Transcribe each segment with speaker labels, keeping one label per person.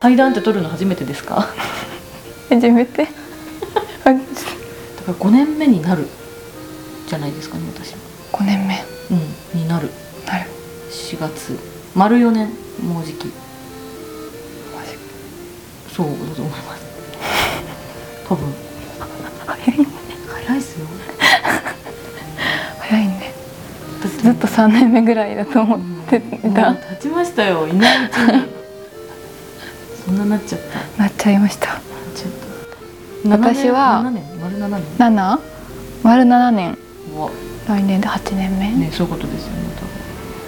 Speaker 1: 対談って撮るの初めてですか
Speaker 2: 初めて
Speaker 1: だから5年目になるじゃないですかね私は
Speaker 2: 5年目
Speaker 1: うんになる
Speaker 2: なる
Speaker 1: 4月丸4年もうじき
Speaker 2: マジ
Speaker 1: そうだと思います多分
Speaker 2: 早いね
Speaker 1: 早いっすよ
Speaker 2: 早いね
Speaker 1: だって
Speaker 2: ずっと3年目ぐらいだと思ってた
Speaker 1: もう立ちましたよいないうちにそんななっちゃったなっ
Speaker 2: なっちゃいました
Speaker 1: ちゃった7年
Speaker 2: 私は
Speaker 1: 7年丸7年
Speaker 2: 7? 丸7年
Speaker 1: うわ
Speaker 2: 来年で8年目、
Speaker 1: ねそういうことですよね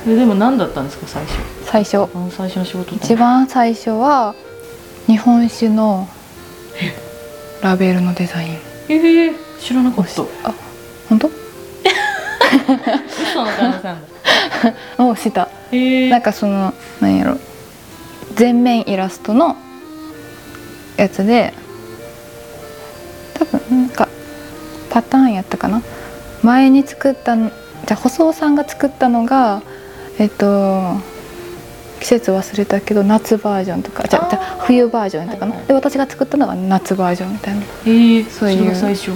Speaker 1: 多分えでも何だったんですか最初
Speaker 2: 最初
Speaker 1: あの最初の仕事って
Speaker 2: 一番最初は日本酒のラベルのデザイン
Speaker 1: ええ知らなか
Speaker 2: を
Speaker 1: っ
Speaker 2: したあ本当
Speaker 1: 嘘の旦那さんだ
Speaker 2: をした
Speaker 1: ええ
Speaker 2: なんかそのなんやろ全面イラストのやつで多分なんかパターンやったかな前に作ったんじゃあ細尾さんが作ったのがえっと季節忘れたけど夏バージョンとかじゃあじゃあ冬バージョンやったかな、
Speaker 1: はいはい
Speaker 2: で私が作ったのが夏バージョンみたいな
Speaker 1: ええ
Speaker 2: そういう
Speaker 1: それが最初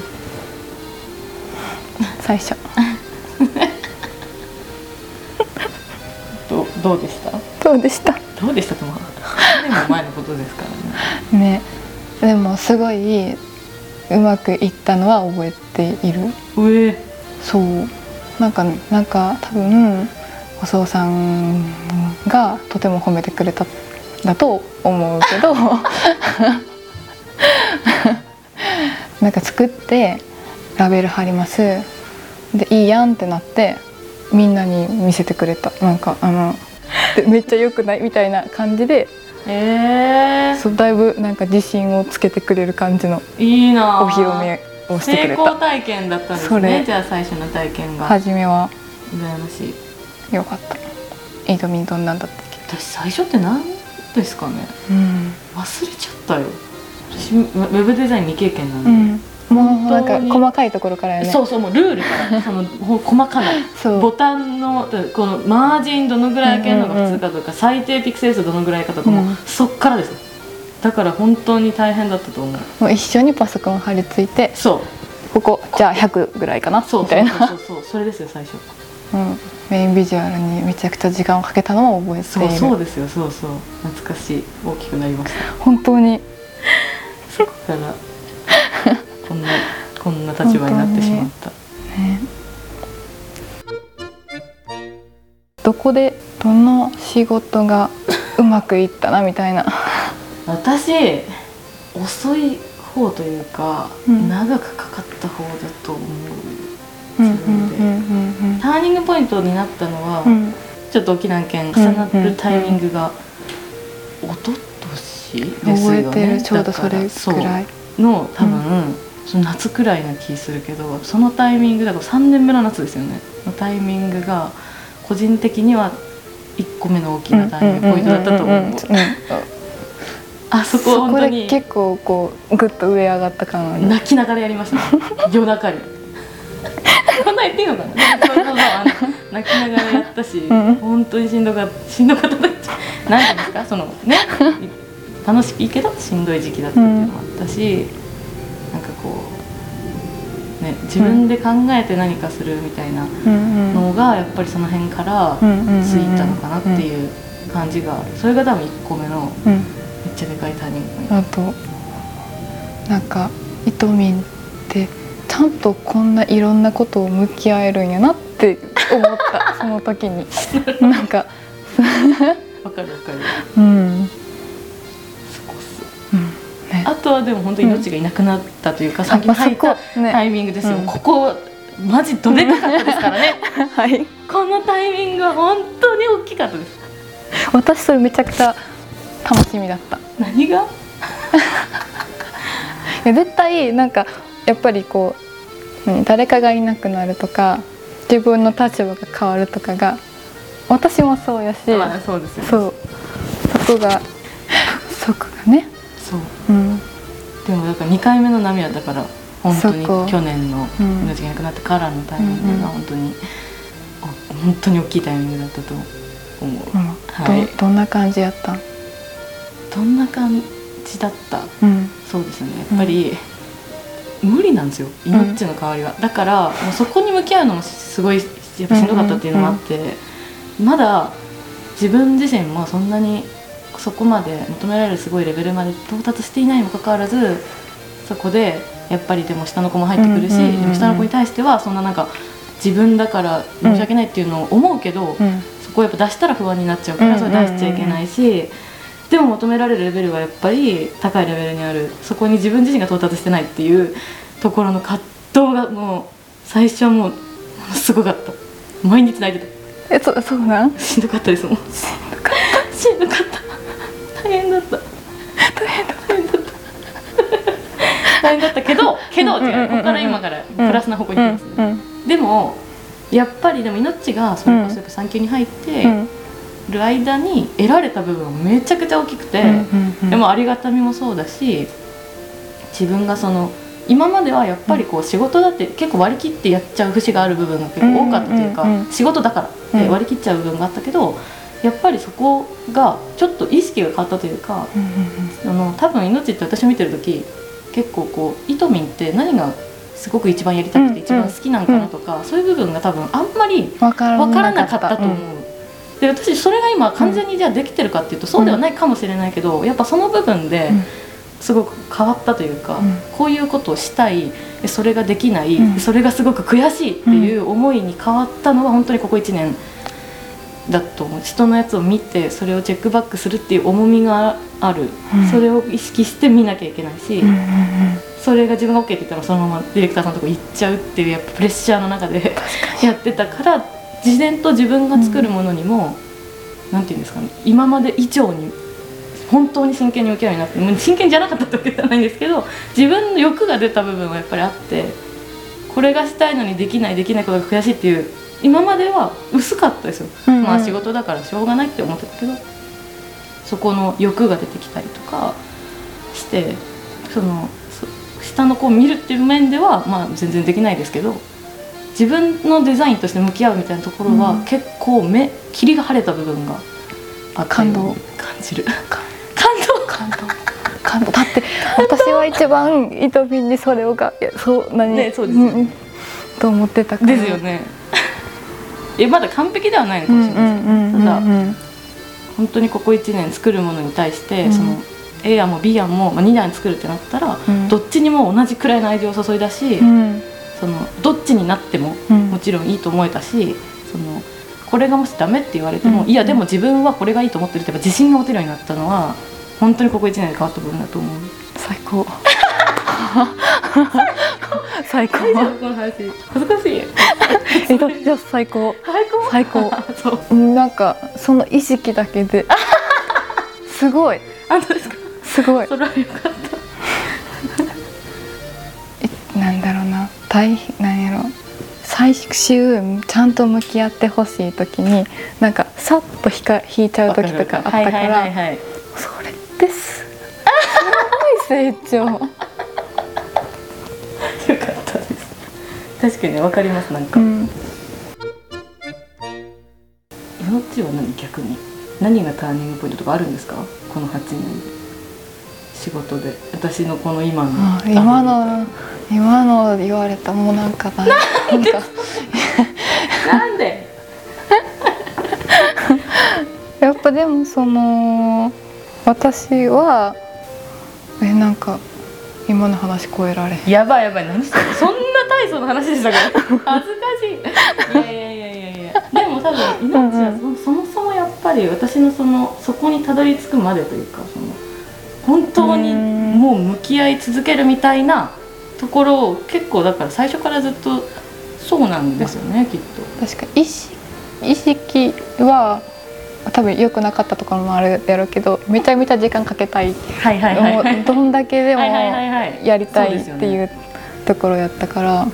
Speaker 2: 最初
Speaker 1: どどうでした
Speaker 2: どうでした
Speaker 1: どうでしたとも8年も前のことですからね
Speaker 2: ねでもすごいうまくいったのは覚えている
Speaker 1: うえ
Speaker 2: そうなんかなんか多分細尾さんがとても褒めてくれただと思うけど なんか作ってラベル貼りますでいいやんってなってみんなに見せてくれたなんかあのでめっちゃ良くないみたいな感じで
Speaker 1: ええ
Speaker 2: そうだいぶなんか自信をつけてくれる感じの
Speaker 1: いいなあ
Speaker 2: お披露目をしてく
Speaker 1: 成
Speaker 2: れ
Speaker 1: 功
Speaker 2: た
Speaker 1: 体験だったんです
Speaker 2: そ
Speaker 1: ね
Speaker 2: れ
Speaker 1: じゃあ最初の体験が、
Speaker 2: 初めは
Speaker 1: 羨ましい
Speaker 2: 良かった井戸にどんなんだったっけ
Speaker 1: 私最初って何ですかね
Speaker 2: うん、
Speaker 1: 忘れちゃったよ私ウェブデザイン未経験なんで、
Speaker 2: もうなん
Speaker 1: 本当
Speaker 2: か
Speaker 1: に
Speaker 2: 細かいところからよね
Speaker 1: そううそうもうルールからそのほ細かない
Speaker 2: そう
Speaker 1: ボタンのこのマージンどのぐらい開けるのが普通かとか、最低ピクセル数どのぐらいかとかも、
Speaker 2: うん
Speaker 1: そっからですだから本当に大変だったと思う
Speaker 2: もう一緒にパソコン貼り付いて
Speaker 1: そう
Speaker 2: ここじゃあ100ぐらいかな
Speaker 1: そう
Speaker 2: みた
Speaker 1: そ
Speaker 2: いうな
Speaker 1: そうそうそれですよ最初
Speaker 2: うん、メインビジュアルにめちゃくちゃ時間をかけたのを覚えて
Speaker 1: そ
Speaker 2: いうる
Speaker 1: そうですよそうそう懐かしい大きくなりました
Speaker 2: 本当に
Speaker 1: そこからこんなこんな立場になってしまった、
Speaker 2: ねどこでどの仕 事がうまくいったなみたいな
Speaker 1: 私遅い方というか、
Speaker 2: うん
Speaker 1: 長くかかった方だと思う
Speaker 2: う
Speaker 1: うんん
Speaker 2: うんうん
Speaker 1: ターニングポイントになったのは、
Speaker 2: うんうん
Speaker 1: ちょっと沖縄県重なるタイミングがおととしですよね
Speaker 2: 覚えてるちょうどそれ
Speaker 1: そう
Speaker 2: くらい
Speaker 1: の多分、
Speaker 2: う
Speaker 1: その夏くらいな気するけどそのタイミングだから3年目の夏ですよねのタイミングが個人的には1個目の大きなタイミングポイントだったと思う,、
Speaker 2: んんんうん
Speaker 1: あそ
Speaker 2: そ
Speaker 1: こ
Speaker 2: こ
Speaker 1: 本当
Speaker 2: で
Speaker 1: に
Speaker 2: 結構こうグッと上上がった感ある
Speaker 1: 泣きながらやりましたね夜中にこんなん言っていいのかなそうそうそうあの泣きながらやったし、
Speaker 2: ん
Speaker 1: 本当にしんどかったしんどかったなんていうんですかそのね楽しいけどしんどい時期だったっていうのもあったし、なんかこう、ね、自分で考えて何かするみたいな
Speaker 2: うんうん
Speaker 1: のがやっぱりその辺からついたのかなっていう感じがあるそれが多分1個目の
Speaker 2: うん、うん
Speaker 1: めっちゃでかいターニングポイント
Speaker 2: あとなんかイトミンってちゃんとこんないろんなことを向き合えるんやなって思った その時になんか
Speaker 1: わかるわかる
Speaker 2: うん、うん、
Speaker 1: そこっす
Speaker 2: ね
Speaker 1: あとはでも本当に命がいなくなったというか、先
Speaker 2: ま
Speaker 1: に
Speaker 2: あ
Speaker 1: 入った
Speaker 2: そこね
Speaker 1: タイミングですよ、
Speaker 2: うん
Speaker 1: ここマジどでかかったですから ね
Speaker 2: はい
Speaker 1: このタイミングは本当に大きかったです
Speaker 2: 私それめちゃくちゃ楽しみだったい
Speaker 1: 何が
Speaker 2: や絶対なんかやっぱりこう何誰かがいなくなるとか自分の立場が変わるとかが私もそうやし
Speaker 1: まあそうですよね
Speaker 2: そうそこが そこがね
Speaker 1: そう
Speaker 2: うん
Speaker 1: でもだから2回目の波はだから本当に
Speaker 2: そこ
Speaker 1: 去年の
Speaker 2: うん
Speaker 1: 命がいなくなってからのタイミングが本当に、お本当に大きいタイミングだったと思う、
Speaker 2: うん
Speaker 1: はい
Speaker 2: どどんな感じやったん
Speaker 1: どんな感じだった
Speaker 2: うん
Speaker 1: そうですよねやっぱり、無理なんですよ命の代わりは、だからもうそこに向き合うのもすごいやっぱしんどかったっていうのもあって、まだ自分自身もそんなにそこまで求められるすごいレベルまで到達していないにもかかわらずそこでやっぱりでも下の子も入ってくるし、
Speaker 2: うんうんうんうん
Speaker 1: でも下の子に対してはそんななんか自分だから申し訳ないっていうのを思うけど、
Speaker 2: うん
Speaker 1: そこをやっぱ出したら不安になっちゃうか
Speaker 2: うんう
Speaker 1: ら
Speaker 2: ん
Speaker 1: そ
Speaker 2: うん
Speaker 1: れ出しちゃいけないしでも求められるレベルはやっぱり高いレベルにあるそこに自分自身が到達してないっていうところの葛藤がもう最初はもうものすごかった毎日泣いて
Speaker 2: えそそうなん
Speaker 1: たしんどかったですもんしんどかったしんどかった大変だった大変だった大変だったけどけど違うここから今からプラスな方向に行きますね、
Speaker 2: うんうん
Speaker 1: でもやっぱりでも命がそれこそやっぱ産休に入って、
Speaker 2: うん
Speaker 1: る間に得られた部分はめちゃくちゃ大きくて、
Speaker 2: うんうん
Speaker 1: でもありがたみもそうだし自分がその今まではやっぱりこう仕事だって結構割り切ってやっちゃう節がある部分が結構多かったというか、
Speaker 2: うんうんうん
Speaker 1: 仕事だからって割り切っちゃう部分があったけど、やっぱりそこがちょっと意識が変わったというか
Speaker 2: うんうん
Speaker 1: あの多分命って私を見てる時結構こうイトミンって何がすごく一番やりたくて一番好きなんかなとか、そういう部分が多分あんまり
Speaker 2: うんわから
Speaker 1: 分から
Speaker 2: な
Speaker 1: な
Speaker 2: か
Speaker 1: か
Speaker 2: っ
Speaker 1: ったたと思う、で私それが今完全にじゃあできてるかっていうとそうではないかもしれないけど、やっぱその部分で
Speaker 2: うん
Speaker 1: すごく変わったというか、
Speaker 2: うん
Speaker 1: こういうことをしたいそれができない、
Speaker 2: うん
Speaker 1: それがすごく悔しいっていう思いに変わったのは本当にここ1年だと思う人のやつを見てそれをチェックバックするっていう重みがある、
Speaker 2: うん
Speaker 1: それを意識して見なきゃいけないし、
Speaker 2: うんうんうん
Speaker 1: それが自分が OK って言ったらそのままディレクターさんのとこ行っちゃうっていうやっぱプレッシャーの中でやってたから自然と自分が作るものにも、なんていうんですかね今まで以上に本当に真剣に向き合うようになってもう真剣じゃなかったってわけじゃないんですけど自分の欲が出た部分はやっぱりあってこれがしたいのにできないできないことが悔しいっていう今までは薄かったですよ、
Speaker 2: うんうん
Speaker 1: まあ仕事だからしょうがないって思ってたけどそこの欲が出てきたりとかしてそのそ下の子を見るっていう面では、まあ、全然できないですけど自分のデザインとして向き合うみたいなところ
Speaker 2: うん
Speaker 1: は結構目霧が晴れた部分があったように
Speaker 2: 感動
Speaker 1: 感じる感動
Speaker 2: 感動感動だって私は一番イトピンにそれをがいやそう何
Speaker 1: ねそうですよね
Speaker 2: んんと思ってたから
Speaker 1: ですよねえまだ完璧ではないのか
Speaker 2: う
Speaker 1: も
Speaker 2: ん
Speaker 1: し
Speaker 2: う
Speaker 1: れないです
Speaker 2: んうんうんうん
Speaker 1: 本当にここ1年作るものに対して、
Speaker 2: うん
Speaker 1: その A 案も B 案も、まあ、2段作るってなったら、
Speaker 2: うん
Speaker 1: どっちにも同じくらいの愛情を注いだし、
Speaker 2: うん
Speaker 1: そのどっちになっても
Speaker 2: うん
Speaker 1: もちろんいいと思えたしそのこれがもしダメって言われても、
Speaker 2: うん
Speaker 1: いやでも自分はこれがいいと思ってるってやっぱ自信が持てるようになったのは本当にここ1年で変わった部分だと思う。
Speaker 2: 最 高最高
Speaker 1: この話恥ずかしい。
Speaker 2: えっとじゃあ最高
Speaker 1: 最高。
Speaker 2: 最高
Speaker 1: そう。
Speaker 2: うんなんかその意識だけ ですごい
Speaker 1: あそうですか。
Speaker 2: すごい
Speaker 1: それはよかった。
Speaker 2: なんだろうな大変なんやろ最終ちゃんと向き合ってほしい時になんかさっと引か引いちゃう時とかあったから、
Speaker 1: はいはいはいはい。
Speaker 2: それですすごい成長
Speaker 1: よかったです。確かにねわかりますなん
Speaker 2: う
Speaker 1: か。
Speaker 2: ん
Speaker 1: 命は何逆に何がターニングポイントとかあるんですかこの8年仕事で私のこの今の
Speaker 2: あ今の今の言われたもうなんかないなんか
Speaker 1: なんで
Speaker 2: やっぱでもその私はえなんか今の話超えられへん
Speaker 1: やばいやばい何してるそんな大層の話で したから恥ずかしいいやいやいやいやいやでも多分命はそそもそもやっぱり私のそのそこにたどり着くまでというかその本当に
Speaker 2: うん
Speaker 1: もう向き合い続けるみたいなところを結構だから最初からずっとそうなんですよねきっと。
Speaker 2: 確か意識意識は多分良くなかったところもあるやろうけどめちゃめちゃ時間かけたい
Speaker 1: はいは
Speaker 2: もうどんだけでも
Speaker 1: はいはいはいはい
Speaker 2: やりた
Speaker 1: そう
Speaker 2: い
Speaker 1: で
Speaker 2: っ
Speaker 1: すよ
Speaker 2: て
Speaker 1: ね
Speaker 2: いうところやったから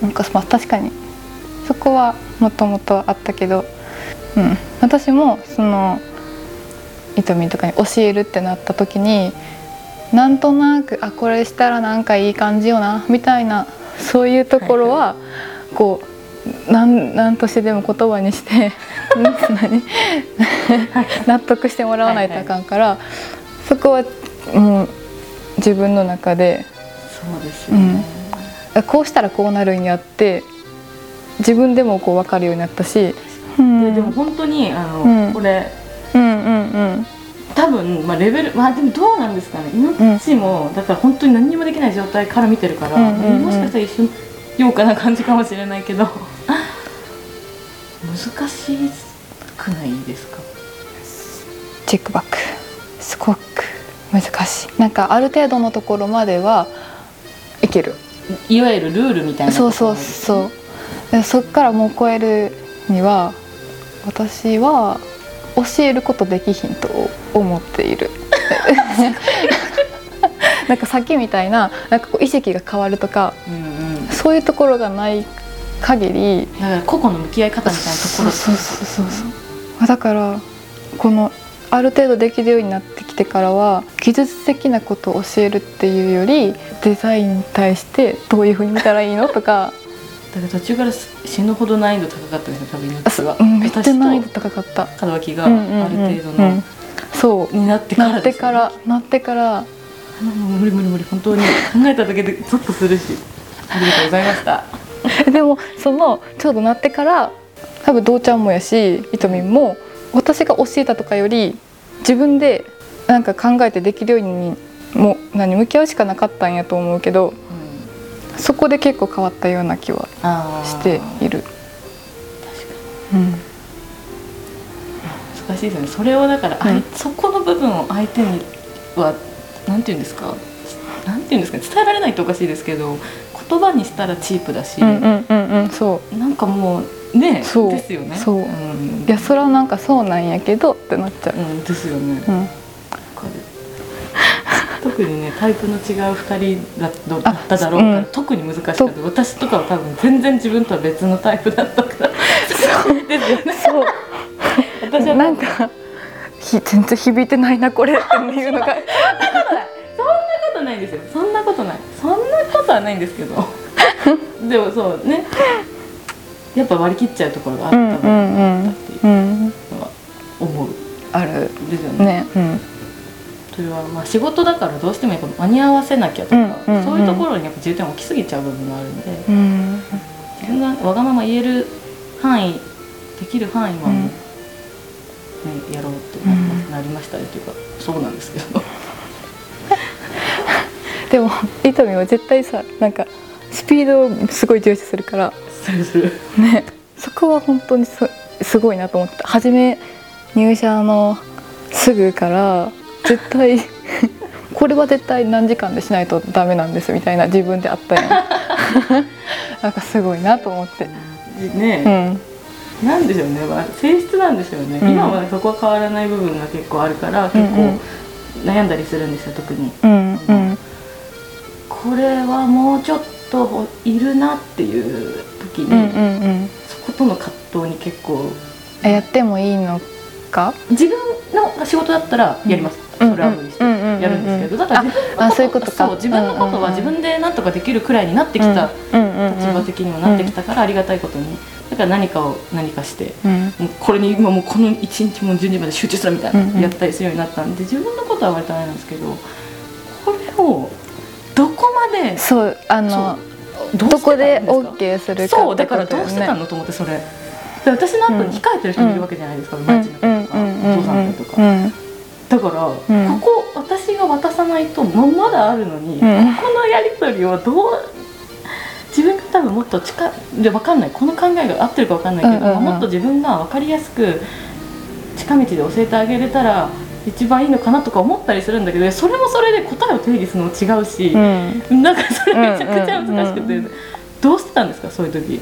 Speaker 2: なんかまあ確かにそこはもともとあったけど、うん、私もそのいとみんとかに教えるってなった時になんとなくあこれしたらなんかいい感じよなみたいなそういうところはこうなんなんとしてでも言葉に して何納得してもらわないとあかんから、そこはもう自分の中で
Speaker 1: そうですよね、
Speaker 2: あこうしたらこうなるんやって自分でもこう分かるようになったし、うん、
Speaker 1: ででも本当にあの、
Speaker 2: うん
Speaker 1: これ
Speaker 2: うんうんうん
Speaker 1: 多分、まあ、レベルまあでもどうなんですかね
Speaker 2: ん
Speaker 1: 命も、だから本当に何にもできない状態から見てるから、
Speaker 2: うんうんうん
Speaker 1: もしかしたら一瞬ようかな感じかもしれないけど 難しくないですか
Speaker 2: チェックバックすごく難しいなんかある程度のところまではいける
Speaker 1: いわゆるルールみたいな
Speaker 2: そうそう
Speaker 1: う
Speaker 2: そうでそっからもう超えるには私は教えることできひんと思って いるなんかさっきみたいななんかこう意識が変わるとか
Speaker 1: うんうんだ
Speaker 2: そういうところがない限り
Speaker 1: から個々の向き合い方みたいなところ
Speaker 2: そうそうそうそうまあだからこのある程度できるようになってきてからは技術的なことを教えるっていうよりデザインに対してどういうふうに見たらいいのとか
Speaker 1: だから途中から死ぬほど難易度高かったですね多分命は
Speaker 2: うんめっちゃ難易度
Speaker 1: 私
Speaker 2: 高かった
Speaker 1: と門脇が
Speaker 2: あ
Speaker 1: ある程度の
Speaker 2: そ
Speaker 1: になって
Speaker 2: う
Speaker 1: から
Speaker 2: な
Speaker 1: で
Speaker 2: って
Speaker 1: すね
Speaker 2: からなってから
Speaker 1: あもう無理無理無理本当に考えただけでゾッとするしありがとうございました
Speaker 2: でもそのちょうどなってから多分どうちゃんもやしいとみんも私が教えたとかより自分でなんか考えてできるようにもう何向き合うしかなかったんやと思うけどそこで結構変わったような気は
Speaker 1: あー
Speaker 2: している。
Speaker 1: 確か
Speaker 2: うん
Speaker 1: に難しいですねそれをだから、あい
Speaker 2: うん
Speaker 1: そこの部分を相手にはなんて言うんですかなんて言うんですかね伝えられないとおかしいですけど言葉にしたらチープだし、
Speaker 2: うんうんうんうんそう
Speaker 1: なんかもうね
Speaker 2: そう
Speaker 1: ですよね
Speaker 2: そうんいやそれはなんかそうなんやけどってなっちゃう。
Speaker 1: うんですよね
Speaker 2: うん
Speaker 1: わかる 特にねタイプの違う2人だど
Speaker 2: あ
Speaker 1: だっただろうから、
Speaker 2: うん
Speaker 1: 特に難しかった私とかは多分全然自分とは別のタイプだった からですよね
Speaker 2: そう
Speaker 1: 私は
Speaker 2: なんかひ全然響いてないなこれっていうの が
Speaker 1: そんなことないですよそんなことないそんなことはないんです けどでもそうねやっぱ割り切っちゃうところがあったのかなってい
Speaker 2: うんうん
Speaker 1: うのは思う
Speaker 2: ある
Speaker 1: ですよね
Speaker 2: ね。うん
Speaker 1: それはまあ仕事だからどうしてもやっぱ間に合わせなきゃとか、
Speaker 2: うんうん
Speaker 1: そういうところにやっぱ重点を置きすぎちゃう部分があるんで、
Speaker 2: うん
Speaker 1: 自分がわがまま言える範囲できる範囲は、ねやろうってな,、
Speaker 2: うん
Speaker 1: なりましたねというかそうなんですけど
Speaker 2: でも伊丹は絶対さなんかスピードをすごい重視するから
Speaker 1: それそれ
Speaker 2: ねそこは本当にすすごいなと思った初め入社のすぐから絶対 これは絶対何時間でしないとダメなんですみたいな自分であ ったやんなんかすごいなと思ってう
Speaker 1: ね、
Speaker 2: ん
Speaker 1: なんでしょうね、まあ、性質なんでしょうね、
Speaker 2: うん
Speaker 1: 今もそこは変わらない部分が結構あるから結
Speaker 2: うんうん
Speaker 1: 構悩んだりするんですよ特に
Speaker 2: うんうん
Speaker 1: これはもうちょっといるなっていう時に、
Speaker 2: うんうんうん
Speaker 1: そことの葛藤に結構
Speaker 2: あやってもいいのか
Speaker 1: 自分の仕事だったらやります、
Speaker 2: うん
Speaker 1: それは無理して
Speaker 2: うんうんうんうん
Speaker 1: やるんですけどだから自分の
Speaker 2: あ
Speaker 1: こと
Speaker 2: そういうことか
Speaker 1: そう自分のことは自分で何とかできるくらいになってきた、
Speaker 2: うんうんうん
Speaker 1: 立場的にもなってきたからありがたいことにだから何かを何かして
Speaker 2: うん
Speaker 1: もうこれに今もうこの1日も12時まで集中するみたいな、
Speaker 2: うんうん
Speaker 1: やったりするようになったんで自分のことは割とあれなんですけどこれをどこまで
Speaker 2: そうあの
Speaker 1: どう
Speaker 2: どこ
Speaker 1: してた
Speaker 2: で
Speaker 1: んですか
Speaker 2: OK するか
Speaker 1: そう
Speaker 2: って
Speaker 1: だか
Speaker 2: こと
Speaker 1: ら
Speaker 2: だ
Speaker 1: ど
Speaker 2: よ
Speaker 1: う
Speaker 2: ね
Speaker 1: してたのと思ってそれで私の後に控えてる人もいるわけじゃないですか、う
Speaker 2: うん
Speaker 1: マジの方とか、お父さんの方とか、
Speaker 2: うん
Speaker 1: だから、
Speaker 2: ん
Speaker 1: ここ私が渡さないとままだあるのに、
Speaker 2: うん
Speaker 1: このやり取りをどう自分が多分もっと近いで分かんないこの考えが合ってるか分かんないけど、
Speaker 2: うんうんうん
Speaker 1: もっと自分が分かりやすく近道で教えてあげれたら一番いいのかなとか思ったりするんだけどそれもそれで答えを定義するのも違うし、
Speaker 2: うん
Speaker 1: なんかそれめちゃくちゃ難しくて、
Speaker 2: うんうんうん
Speaker 1: どうしてたんですかそういう時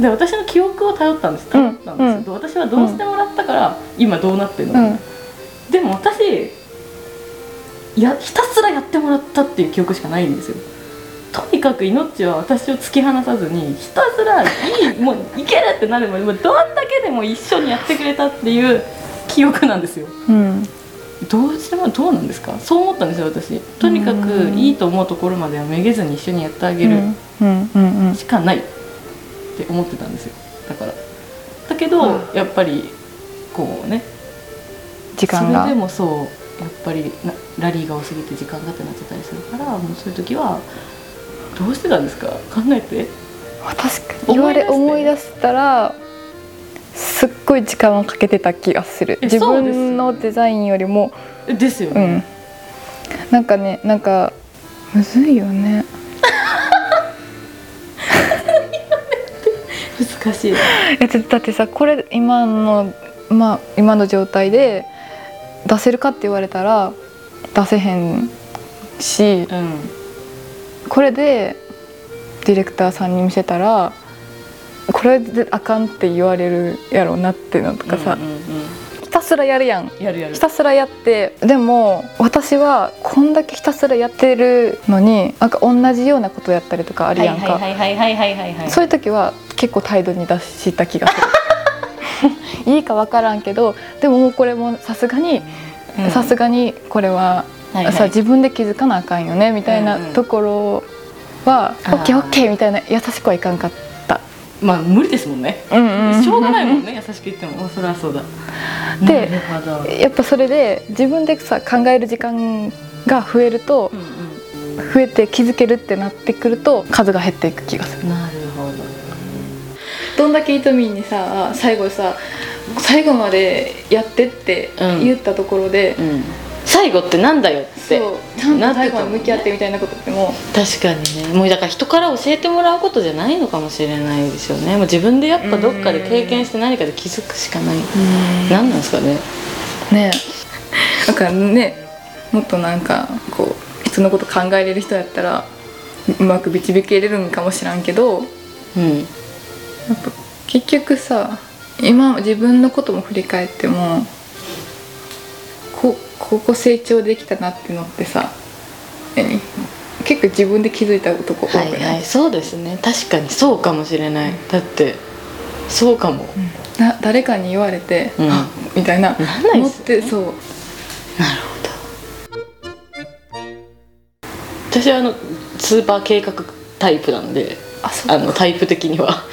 Speaker 1: で私の記憶を頼ったんです頼ったんですけど、私はどうしてもらったから、今どうなってるの、
Speaker 2: うん
Speaker 1: でも私やひたすらやってもらったっていう記憶しかないんですよとにかく命は私を突き放さずにひたすらいいもういけるってなるまでもうどんだけでも一緒にやってくれたっていう記憶なんですよ
Speaker 2: うん
Speaker 1: どうしてもどうなんですかそう思ったんですよ私とにかく
Speaker 2: うん
Speaker 1: いいと思うところまではめげずに一緒にやってあげ
Speaker 2: う
Speaker 1: る
Speaker 2: んうんうん
Speaker 1: しかないって思ってたんですよだからだけど、
Speaker 2: う
Speaker 1: やっぱりこうね
Speaker 2: 時間
Speaker 1: それで
Speaker 2: が
Speaker 1: もそうやっぱりなラリーが多すぎて時間がってなっちゃったりするからもうそういう時はどうしてたんですか考えて
Speaker 2: 確かに言われ
Speaker 1: 思
Speaker 2: 思
Speaker 1: い
Speaker 2: い
Speaker 1: 出
Speaker 2: 出したらすっごい時間をかけてた気がする
Speaker 1: え
Speaker 2: 自
Speaker 1: そうです
Speaker 2: 分のデザインよりも
Speaker 1: えですよ
Speaker 2: う
Speaker 1: ね、
Speaker 2: んなんかねなんかむずいよね
Speaker 1: 難しい
Speaker 2: えだだってさこれ今のまあ今の状態で出せるかって言われたら出せへんし
Speaker 1: うん
Speaker 2: これでディレクターさんに見せたらこれであかんって言われるやろうなっていうのとかさ、
Speaker 1: うんうんう
Speaker 2: ひたすらやるや
Speaker 1: ん
Speaker 2: ん
Speaker 1: やるやる
Speaker 2: ひたすらやってでも私はこんだけひたすらやってるのになんか同じようなことやったりとかあるやんか、
Speaker 1: はいはいはいはいはいはいはい
Speaker 2: そういう時は結構態度に出した気がする いいか分からんけどでももうこれもさすがに
Speaker 1: うん
Speaker 2: さすがにこれは、
Speaker 1: はいはい
Speaker 2: さ自分で気づかなあかんよねみたいな
Speaker 1: うんうん
Speaker 2: ところは「
Speaker 1: あー
Speaker 2: OKOK」みたいな優しくはいかんかった。
Speaker 1: まあ無理ですもんね
Speaker 2: うん
Speaker 1: しょうがないもんね優しく言ってもそりゃそうだ
Speaker 2: で
Speaker 1: なるほど、
Speaker 2: やっぱそれで自分でさ考える時間が増えると、
Speaker 1: うんう
Speaker 2: 増えて気づけるってなってくると数が減っていく気がする
Speaker 1: ん、なるほど
Speaker 2: どんだけイトミンにさ最後さ最後までやってって
Speaker 1: うん
Speaker 2: 言ったところで、
Speaker 1: うん、最後ってなんだよって
Speaker 2: そうちゃん
Speaker 1: なっ
Speaker 2: と
Speaker 1: て
Speaker 2: 最
Speaker 1: た
Speaker 2: 後
Speaker 1: もんね
Speaker 2: に向き合ってみたいなことっても
Speaker 1: 確かにねもうだから人から教えてもらうことじゃないのかもしれないですよねもう自分でやっぱどっかで経験して何かで気づくしかない、何なんですかね
Speaker 2: ねえだからねもっとなんかこう人のこと考えれる人やったらうまく導けれるんかもしらんけど
Speaker 1: うん
Speaker 2: 結局さ今自分のことも振り返ってもこここ成長できたなってのってさ何結構自分で気づいたことが多くな、
Speaker 1: はいいはいそうですね確かにそうかもしれない、だってそうかも、
Speaker 2: な誰かに言われて、
Speaker 1: うん
Speaker 2: あみたいな
Speaker 1: なんないっすよね
Speaker 2: 思ってそう
Speaker 1: なるほど私はあのスーパー計画タイプなんで
Speaker 2: あそう
Speaker 1: あのタイプ的には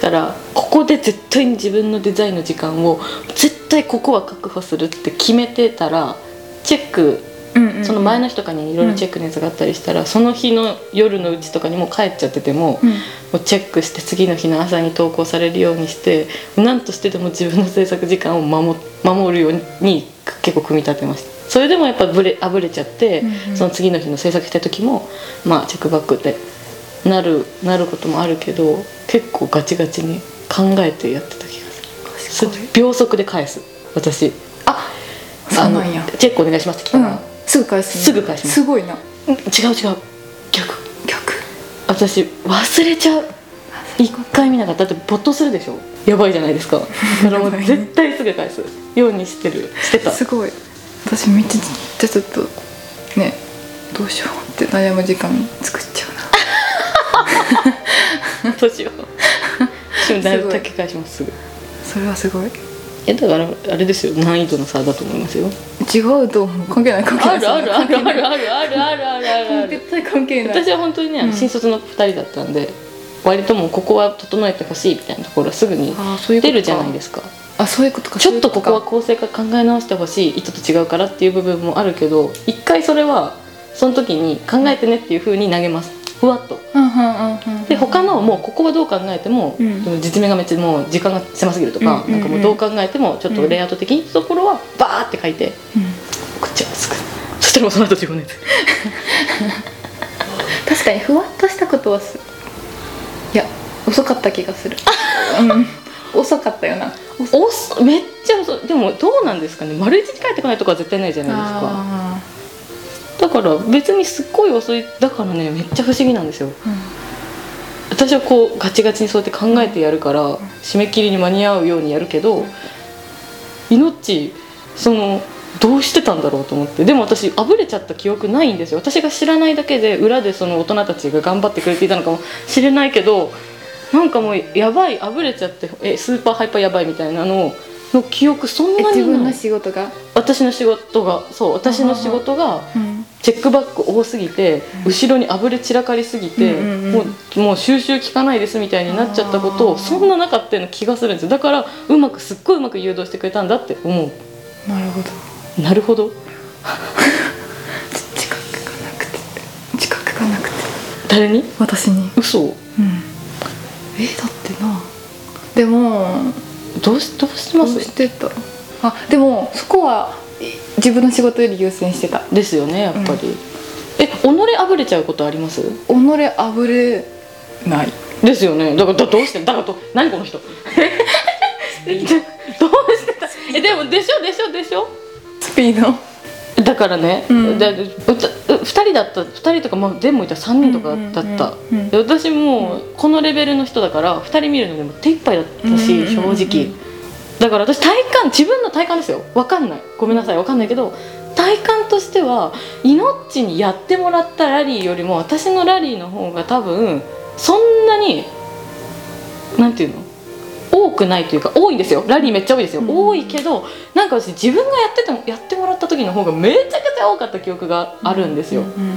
Speaker 1: だからここで絶対に自分のデザインの時間を絶対ここは確保するって決めてたらチェック
Speaker 2: うんうんうん
Speaker 1: その前の日とかにいろいろチェックのやつがあったりしたら、その日の夜のうちとかにもう帰っちゃってても、
Speaker 2: うん
Speaker 1: もうチェックして次の日の朝に投稿されるようにして何としてでも自分の制作時間を守守るように結構組み立てましたそれでもやっぱぶれあぶれちゃって、
Speaker 2: うんうん
Speaker 1: その次の日の制作した時もまあチェックバックでなるなることもあるけど結構ガチガチに考えてやってた気がするす
Speaker 2: 賢い
Speaker 1: 秒速で返す私あ
Speaker 2: そうなんや
Speaker 1: あのチェックお願いしますって来
Speaker 2: う
Speaker 1: たら、
Speaker 2: んすぐ返すね
Speaker 1: すぐ返します
Speaker 2: すごいな
Speaker 1: 違う違う逆
Speaker 2: 逆
Speaker 1: 私忘れちゃう一回見なかっただって没頭するでしょやばいじゃないですかだから もう絶対すぐ返すようにしてるしてた
Speaker 2: すごい私めっちゃちょっとねどうしようって悩む時間作っちゃうな
Speaker 1: どう しようでもなるだけ返しますすぐ
Speaker 2: それはすごい
Speaker 1: えだからあれですよ難易度の差だと思いますよ
Speaker 2: 違うと思う関係ない関係な
Speaker 1: あ
Speaker 2: い
Speaker 1: るあるあるあるあるあるあるあるあるある
Speaker 2: 絶対関係ない
Speaker 1: 私は本当にね、
Speaker 2: うん
Speaker 1: 新卒の2人だったんで割ともうここは整えてほしいみたいなところはすぐに
Speaker 2: あそういうこ
Speaker 1: 出
Speaker 2: と
Speaker 1: るじゃないですすか
Speaker 2: かあそういうことか
Speaker 1: ちょっとここは
Speaker 2: そういう
Speaker 1: 構成が考え直してほしい意図と違うからっていう部分もあるけど一回それはその時に考えてねっていう風に投げますふわっと
Speaker 2: とかうんうんうんうん
Speaker 1: で他のもうここはどう考えても、
Speaker 2: うん
Speaker 1: でも実名がめっちゃもう時間が狭すぎるとか、
Speaker 2: うん
Speaker 1: なんかもうどう考えてもちょっとレイアウト的にところはバーって書いて
Speaker 2: うん
Speaker 1: 送っちゃうんですそしたらもうその後自 分のやつ
Speaker 2: 確かにふわっとしたことはすいや遅かった気が するうん遅かったよな
Speaker 1: おっそめっちゃ遅いでもどうなんですかね丸一に帰ってこないとかは絶対ないじゃないですか
Speaker 2: あ
Speaker 1: だから別にすっごい遅いだからねめっちゃ不思議なんですよ
Speaker 2: ー
Speaker 1: 私はこうガチガチにそうやって考えてやるから締め切りに間に合うようにやるけど命そのどうしてたんだろうと思ってでも私あぶれちゃった記憶ないんですよ私が知らないだけで裏でその大人たちが頑張ってくれていたのかもしれないけどなんかもうやばいあぶれちゃってえスーパーハイパーやばいみたいなのの記憶そん
Speaker 2: え
Speaker 1: な
Speaker 2: 自
Speaker 1: に
Speaker 2: 分
Speaker 1: な
Speaker 2: の
Speaker 1: い
Speaker 2: 仕事が
Speaker 1: 私の仕事がそう私の仕事が
Speaker 2: うん
Speaker 1: チェックバック多すぎて後ろにあぶれ散らかりすぎて、
Speaker 2: うんうんうん
Speaker 1: もうもう収集効かないですみたいになっちゃったこと
Speaker 2: あ
Speaker 1: を
Speaker 2: ー
Speaker 1: そんな中っていうの気がするんですよだからうまくすっごいうまく誘導してくれたんだって思う
Speaker 2: なるほど
Speaker 1: なるほど誰に
Speaker 2: 私に、
Speaker 1: 嘘
Speaker 2: うん、
Speaker 1: えだってな
Speaker 2: でも
Speaker 1: どうしどうしてま
Speaker 2: どう
Speaker 1: す
Speaker 2: してたあでもそこはい自分の仕事より優先してた
Speaker 1: ですよねやっぱり、え己あぶれちゃうことあります
Speaker 2: 己あぶれない
Speaker 1: ですよねだからだどうしてだからど何この 人どうしてたえでもでしょでしょでしょ
Speaker 2: スピード
Speaker 1: だからね、
Speaker 2: うん
Speaker 1: だうた2人だった2人とか、まあ、全部いた3人とかだった、
Speaker 2: うんうんうん
Speaker 1: で私もこのレベルの人だから2人見るのでも手一杯だったし、
Speaker 2: うんうんうんうん
Speaker 1: 正直だから私体感自分の体感ですよ分かんないごめんなさい分かんないけど体感としては命にやってもらったラリーよりも私のラリーの方が多分そんなになんていうの多くないというか多いんですよラリーめっちゃ多いですよ、
Speaker 2: うん
Speaker 1: 多いけどなんか私自分がやっててもやってもらった時の方がめちゃくちゃ多かった記憶があるんですよ、
Speaker 2: うんうんうん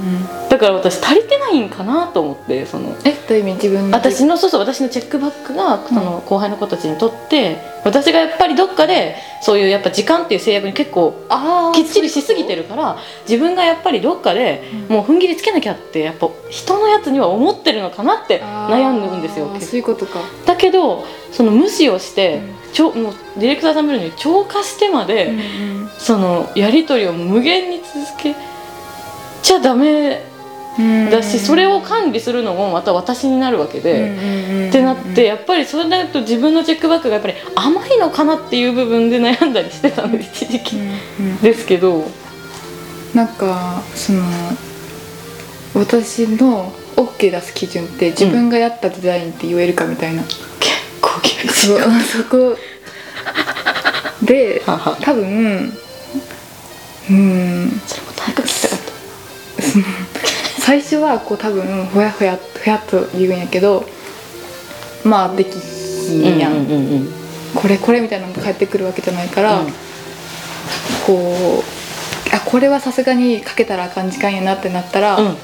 Speaker 1: だから私足りてないんかなと思ってその
Speaker 2: えどういう意味自分の
Speaker 1: 私のそうそう私のチェックバックがその後輩の子たちにとって私がやっぱりどっかでそういうやっぱ時間っていう制約に結構
Speaker 2: あー
Speaker 1: きっちりしすぎてるから自分がやっぱりどっかで
Speaker 2: うん
Speaker 1: もう踏ん切りつけなきゃってやっぱ人のやつには思ってるのかなって
Speaker 2: あー
Speaker 1: 悩んでるんですよ結構
Speaker 2: そういうことか
Speaker 1: だけどその無視をして
Speaker 2: うん、
Speaker 1: ちょもうディレクターさん見るのに超過してまで、
Speaker 2: うん
Speaker 1: そのやり取りを無限に続けちゃダメ
Speaker 2: うん
Speaker 1: だし、それを管理するのもまた私になるわけで。ってなってやっぱりそれだと自分のチェックバックがやっぱり甘いのかなっていう部分で悩んだりしてたので一時
Speaker 2: う
Speaker 1: 期
Speaker 2: んうん
Speaker 1: ですけど
Speaker 2: なんかその私の OK 出す基準って自分がやったデザインって言えるかみたいな、
Speaker 1: 結構厳しい
Speaker 2: そうそこで
Speaker 1: はは
Speaker 2: 多分うん
Speaker 1: それも体格きたかっ
Speaker 2: 最初はこう多分ほやほやほやっと言うんやけどまあでき
Speaker 1: た
Speaker 2: ひんやん,、
Speaker 1: うんうんうん
Speaker 2: これこれみたいなのが返ってくるわけじゃないから、
Speaker 1: うん
Speaker 2: こうあこれはさすがにかけたらあかん時間やなってなったら、
Speaker 1: う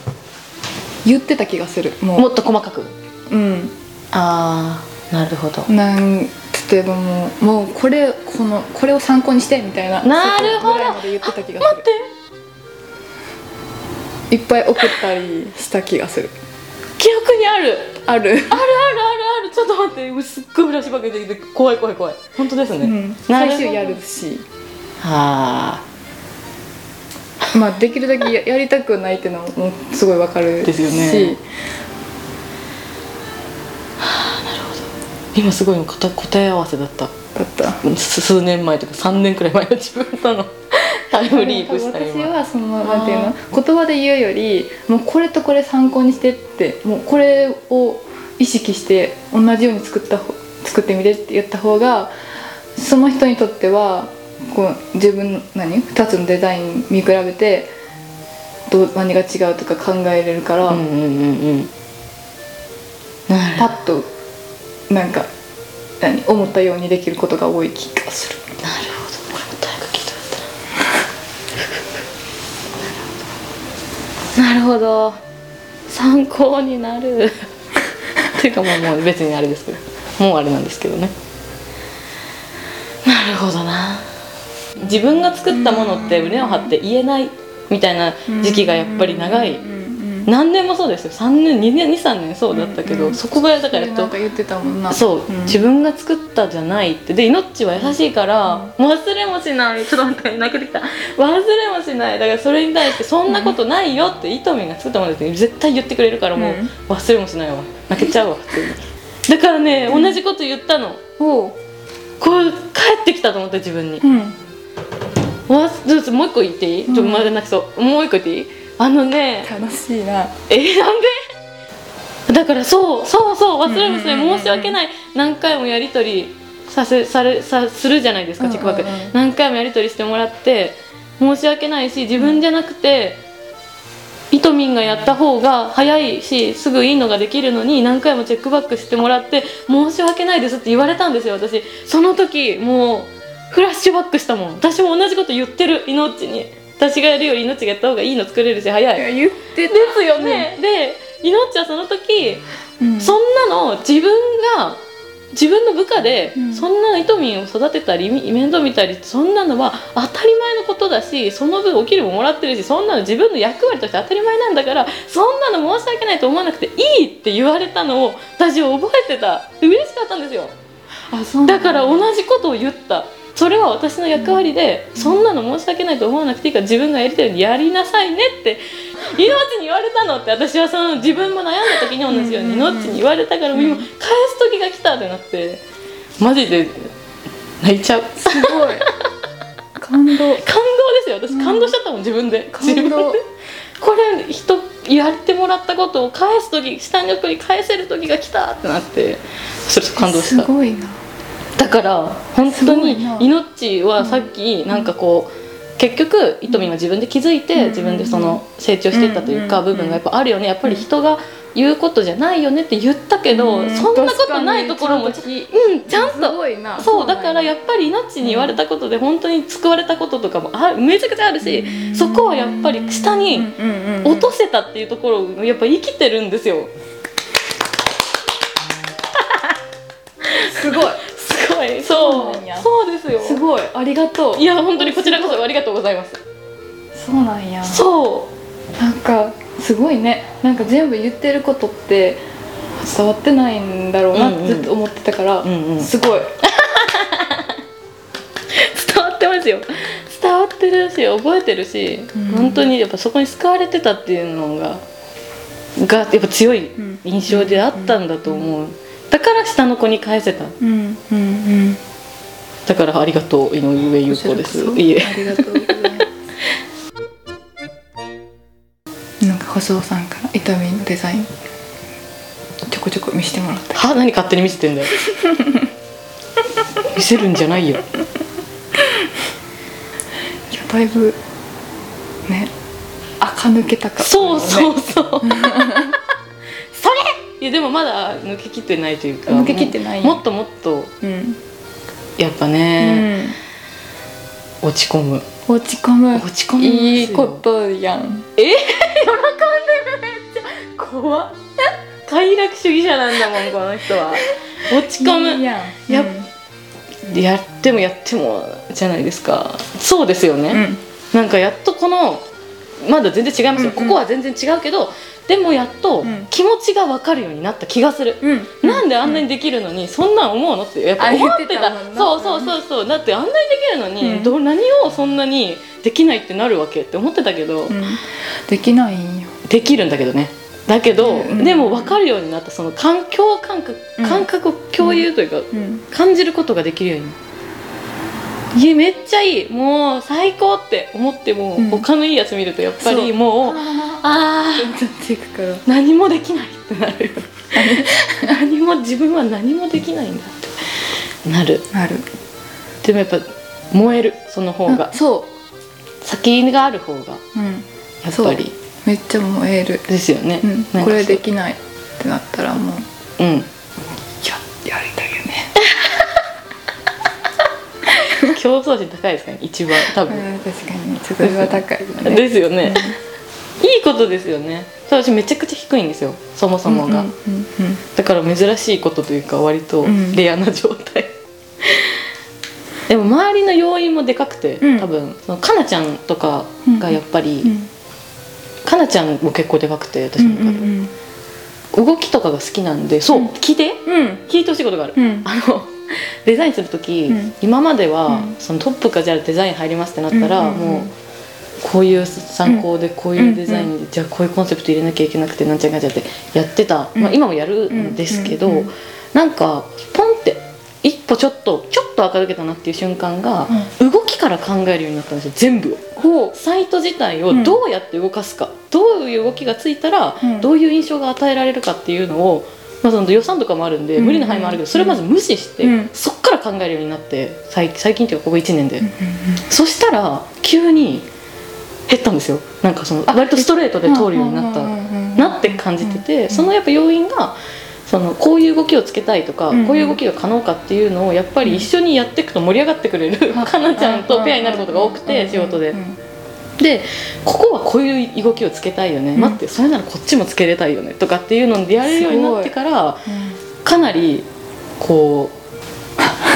Speaker 2: 言ってた気がするも
Speaker 1: ん
Speaker 2: う
Speaker 1: もっと細かく
Speaker 2: うん
Speaker 1: ああなるほど
Speaker 2: なん例えばもうもうこれこのこれを参考にしてみたいな
Speaker 1: なるほど
Speaker 2: ぐらいまで言ってた気が
Speaker 1: 待って
Speaker 2: するいっぱい送ったりした気がする
Speaker 1: 記憶にあるあるあ
Speaker 2: ある
Speaker 1: るあるあるちょっと待ってうわすっごいフラッシュバック出てきて怖い怖い怖い本当ですね、
Speaker 2: うん
Speaker 1: なるほ
Speaker 2: 最
Speaker 1: ど
Speaker 2: 終やるし
Speaker 1: はあ
Speaker 2: まあできるだけややりたくないっていうのもすごいわかるし
Speaker 1: ですよね今すごいの答答え合わせだった
Speaker 2: だった
Speaker 1: す数年前とか3年くらい前の 自分とのタイムリープした
Speaker 2: 私
Speaker 1: 今
Speaker 2: はその
Speaker 1: あー
Speaker 2: なんていうの言葉で言うよりもうこれとこれ参考にしてってもうこれを意識して同じように作った方作ってみてって言った方がその人にとってはこう自分の何2つのデザイン見比べてどう何が違うとか考えれるから、
Speaker 1: うんうんうんうんなる
Speaker 2: パッとなんか何思ったようにできることが多い気がする。
Speaker 1: なるほどこれも大学聞いたかったななるほど参考になるっていうかもうもう別にあれですけどもうあれなんですけどねなるほどな自分が作ったものって胸を張って言えないみたいな時期がやっぱり長い
Speaker 2: うんうん
Speaker 1: 何年もそうですよ3年2年23年そうだったけ
Speaker 2: う
Speaker 1: ど
Speaker 2: んうん
Speaker 1: そこがだからやっ
Speaker 2: な
Speaker 1: と
Speaker 2: んか言ってたもんな
Speaker 1: そう、
Speaker 2: ん
Speaker 1: 自分が作ったじゃないってで命は優しいから、忘れもしないちょっと待って泣けてきた忘れもしないだからそれに対してそんなことないよってイトミンが作ったものだって絶対言ってくれるからもう、
Speaker 2: うん
Speaker 1: 忘れもしないわ泣けちゃうわ普通にだからね、同じこと言ったの
Speaker 2: おう
Speaker 1: こう帰ってきたと思って自分に
Speaker 2: うん
Speaker 1: わどうすもう一個言っていい、ちょっとまだ泣きそうもう一個言っていいあのね
Speaker 2: 楽しいな
Speaker 1: えーなんでだからそうそうそう忘れもしな
Speaker 2: うんうんうんう
Speaker 1: い
Speaker 2: ん
Speaker 1: 申し訳ない何回もやり取りさせされさするじゃないですか
Speaker 2: うん
Speaker 1: チ
Speaker 2: うんう
Speaker 1: ェッ
Speaker 2: ん
Speaker 1: クバック何回もやり取りしてもらって申し訳ないし自分じゃなくて、イトミンがやった方が早いしすぐいいのができるのに何回もチェックバックしてもらって申し訳ないですって言われたんですよ私その時もうフラッシュバックしたもん私も同じこと言ってる命に私がやるより命がやった方がいいの作れるし早い
Speaker 2: 言って
Speaker 1: ですよね、でいのっちはその時、
Speaker 2: うん
Speaker 1: そんなの自分が自分の部下で
Speaker 2: うん
Speaker 1: そんな糸民を育てたりみ面倒見たりそんなのは当たり前のことだしその分お給料ももらってるしそんなの自分の役割として当たり前なんだからそんなの申し訳ないと思わなくていいって言われたのを私は覚えてた嬉しかったんですよ
Speaker 2: あそう
Speaker 1: だから
Speaker 2: 同
Speaker 1: 同じことを言ったそれは私の役割で、そんなの申し訳ないと思わなくていいから自分がやりたいようにやりなさいねって命に言われたのって私はその自分も悩んだ時に同じように
Speaker 2: うんうんうん
Speaker 1: 命に言われたからもう今
Speaker 2: うん
Speaker 1: 返す時が来たってなってマジで泣いちゃう
Speaker 2: すごい感動
Speaker 1: 感動ですよ
Speaker 2: う
Speaker 1: 私
Speaker 2: ん
Speaker 1: 感動しちゃったもん自分で
Speaker 2: 感動
Speaker 1: 自分でこれ人やってもらったことを返す時下の子に返せる時が来たってなってそれ感動した
Speaker 2: すごいな
Speaker 1: だから本
Speaker 2: す
Speaker 1: 当
Speaker 2: ごい
Speaker 1: に
Speaker 2: な
Speaker 1: 命はさっきなんかこう結局いとみが自分で気づいて
Speaker 2: うん
Speaker 1: 自分でその成長していったというか
Speaker 2: うんうん
Speaker 1: 部分がやっぱあるよねやっぱり人が言うことじゃないよねって言ったけどそんなことないところもう
Speaker 2: うん
Speaker 1: ん
Speaker 2: 確かに
Speaker 1: ちゃん
Speaker 2: す
Speaker 1: と
Speaker 2: ごいな
Speaker 1: そうだからやっぱり命に言われたことで本当に救われたこととかもあめちゃくちゃあるしそこはやっぱり下に落と
Speaker 2: す
Speaker 1: せたっていうところをやっぱ生きてるんですよ
Speaker 2: すごい
Speaker 1: すごいそ
Speaker 2: そううなんや
Speaker 1: そうですよ
Speaker 2: すごいありがとう
Speaker 1: いや本当にこちらこそありがとうございます
Speaker 2: そうなんや
Speaker 1: そう
Speaker 2: なんかすごいねなんか全部言ってることって伝わってないんだろうな
Speaker 1: うん
Speaker 2: っ
Speaker 1: うん
Speaker 2: てずっと思ってたから、
Speaker 1: うんうん
Speaker 2: すごい
Speaker 1: 伝わってますよ伝わってるし覚えてるし、
Speaker 2: うん
Speaker 1: 本当にやっぱそこに救われてたっていうのががやっぱ強い
Speaker 2: ん
Speaker 1: 印象であったんだと思う、だから下の子に返せた
Speaker 2: うんうんうん
Speaker 1: だからありがとう井上優子ですいえ
Speaker 2: ありがとうございますなんか細尾さんから痛みのデザインちょこちょこ見せてもらった
Speaker 1: は何勝手に見せてんだ よ見せるんじゃないよ
Speaker 2: いやだいぶね垢抜けたか
Speaker 1: そう
Speaker 2: う
Speaker 1: そう そうそれいやでもまだ抜けきってないというか
Speaker 2: 抜けきってない
Speaker 1: ももっともっと
Speaker 2: うん、
Speaker 1: やっぱね、落ち込む
Speaker 2: うん、落ち込む
Speaker 1: 落ち込みますよ
Speaker 2: いいことやん
Speaker 1: 怖っ快楽主義者なんだもんこの人は落ち込
Speaker 2: いい
Speaker 1: む
Speaker 2: やん
Speaker 1: やっやってもやってもじゃないですかそうですよ
Speaker 2: うん、う
Speaker 1: ね、
Speaker 2: ん
Speaker 1: なんかやっとこのまだ全然違いますよ、
Speaker 2: うんうん
Speaker 1: ここは全然違うけどでもやっと
Speaker 2: うん
Speaker 1: 気持ちが分かるようになった気がする、
Speaker 2: うん、
Speaker 1: なんであんなにできるのにそんなん思うのってやっぱ
Speaker 2: あ
Speaker 1: 思
Speaker 2: 言
Speaker 1: っ
Speaker 2: ってて
Speaker 1: た
Speaker 2: たもんな
Speaker 1: そうそうそうそうだってあんなにできるのに、
Speaker 2: うん
Speaker 1: ど何をそんなにできないってなるわけって思ってたけど、
Speaker 2: うん、できないんよ、
Speaker 1: できるんだけどねだけど、
Speaker 2: うん
Speaker 1: でも分かるようになったその環境感覚
Speaker 2: うん
Speaker 1: 感覚を共有というか、
Speaker 2: うん、
Speaker 1: 感じることができるようになったいやめっちゃいいもう最高って思っても、
Speaker 2: うん
Speaker 1: 他のいいやつ見るとやっぱ
Speaker 2: そ
Speaker 1: り
Speaker 2: う
Speaker 1: もう
Speaker 2: あ
Speaker 1: あー
Speaker 2: ーっていくから
Speaker 1: 何もできないってなる何も自分は何もできないんだってなる
Speaker 2: なる
Speaker 1: でもやっぱ燃えるその方が
Speaker 2: あそ
Speaker 1: 先がある方がや
Speaker 2: う、うん、
Speaker 1: っぱり
Speaker 2: めっちゃ燃える、
Speaker 1: ですよね、
Speaker 2: うん
Speaker 1: なんか、
Speaker 2: これできないってなったらもう
Speaker 1: うん
Speaker 2: ややりたいよね
Speaker 1: 競争心高いですかね一番多分、
Speaker 2: うん確かにそれは高いよね
Speaker 1: ですよね、いいことですよねただ私めちゃくちゃ低いんですよそもそもが、
Speaker 2: うんうんうん
Speaker 1: だから珍しいことというか割と
Speaker 2: うん
Speaker 1: レアな状態、 でも周りの要因もでかくて、
Speaker 2: うん
Speaker 1: 多分そのかなちゃんとかがやっぱり、
Speaker 2: うん
Speaker 1: かなちゃんも結構でかくて私
Speaker 2: う
Speaker 1: も、
Speaker 2: んうん
Speaker 1: 動きとかが好きなんでそう、
Speaker 2: うん
Speaker 1: 聞いて
Speaker 2: うん
Speaker 1: 聞いてほしいことがある、
Speaker 2: うん
Speaker 1: あのデザインする時、
Speaker 2: うん
Speaker 1: 今までは、
Speaker 2: うん
Speaker 1: そのトップかじゃあデザイン入りますってなったら、
Speaker 2: うんうんうん
Speaker 1: もうこういう参考でこういうデザインで、じゃあこういうコンセプト入れなきゃいけなくてなんちゃらかんちゃらってやってた、
Speaker 2: うん
Speaker 1: まあ、今もやるんですけど、
Speaker 2: うんうんうん
Speaker 1: なんかポンって一歩ちょっとちょっと垢抜けたなっていう瞬間が、動きから考えるようになったんですよ全部を。
Speaker 2: ほ
Speaker 1: サイト自体をどうやって動かすか、どういう動きがついたら、
Speaker 2: うん
Speaker 1: どういう印象が与えられるかっていうのを、まあ、その予算とかもあるんで
Speaker 2: うん
Speaker 1: 無理な範囲もあるけど、それをまず無視して、
Speaker 2: うん
Speaker 1: そっから考えるようになって最最近というかここ1年で、
Speaker 2: うんうん
Speaker 1: そしたら急に減ったんですよなんかその割とストレートで通るようになった、
Speaker 2: た
Speaker 1: なって感じてて、その
Speaker 2: やっ
Speaker 1: やっぱ要因がそのこういう動きをつけたいとか、
Speaker 2: うん
Speaker 1: こういう動きが可能かっていうのをやっぱり一緒にやっていくと盛り上がってくれる、 かなちゃんとペアになることが多くて仕事で。でここはこういう動きをつけたいよね、
Speaker 2: うん
Speaker 1: 待ってそれならこっちもつけれたいよねとかっていうのでやれるようになってからかなりこ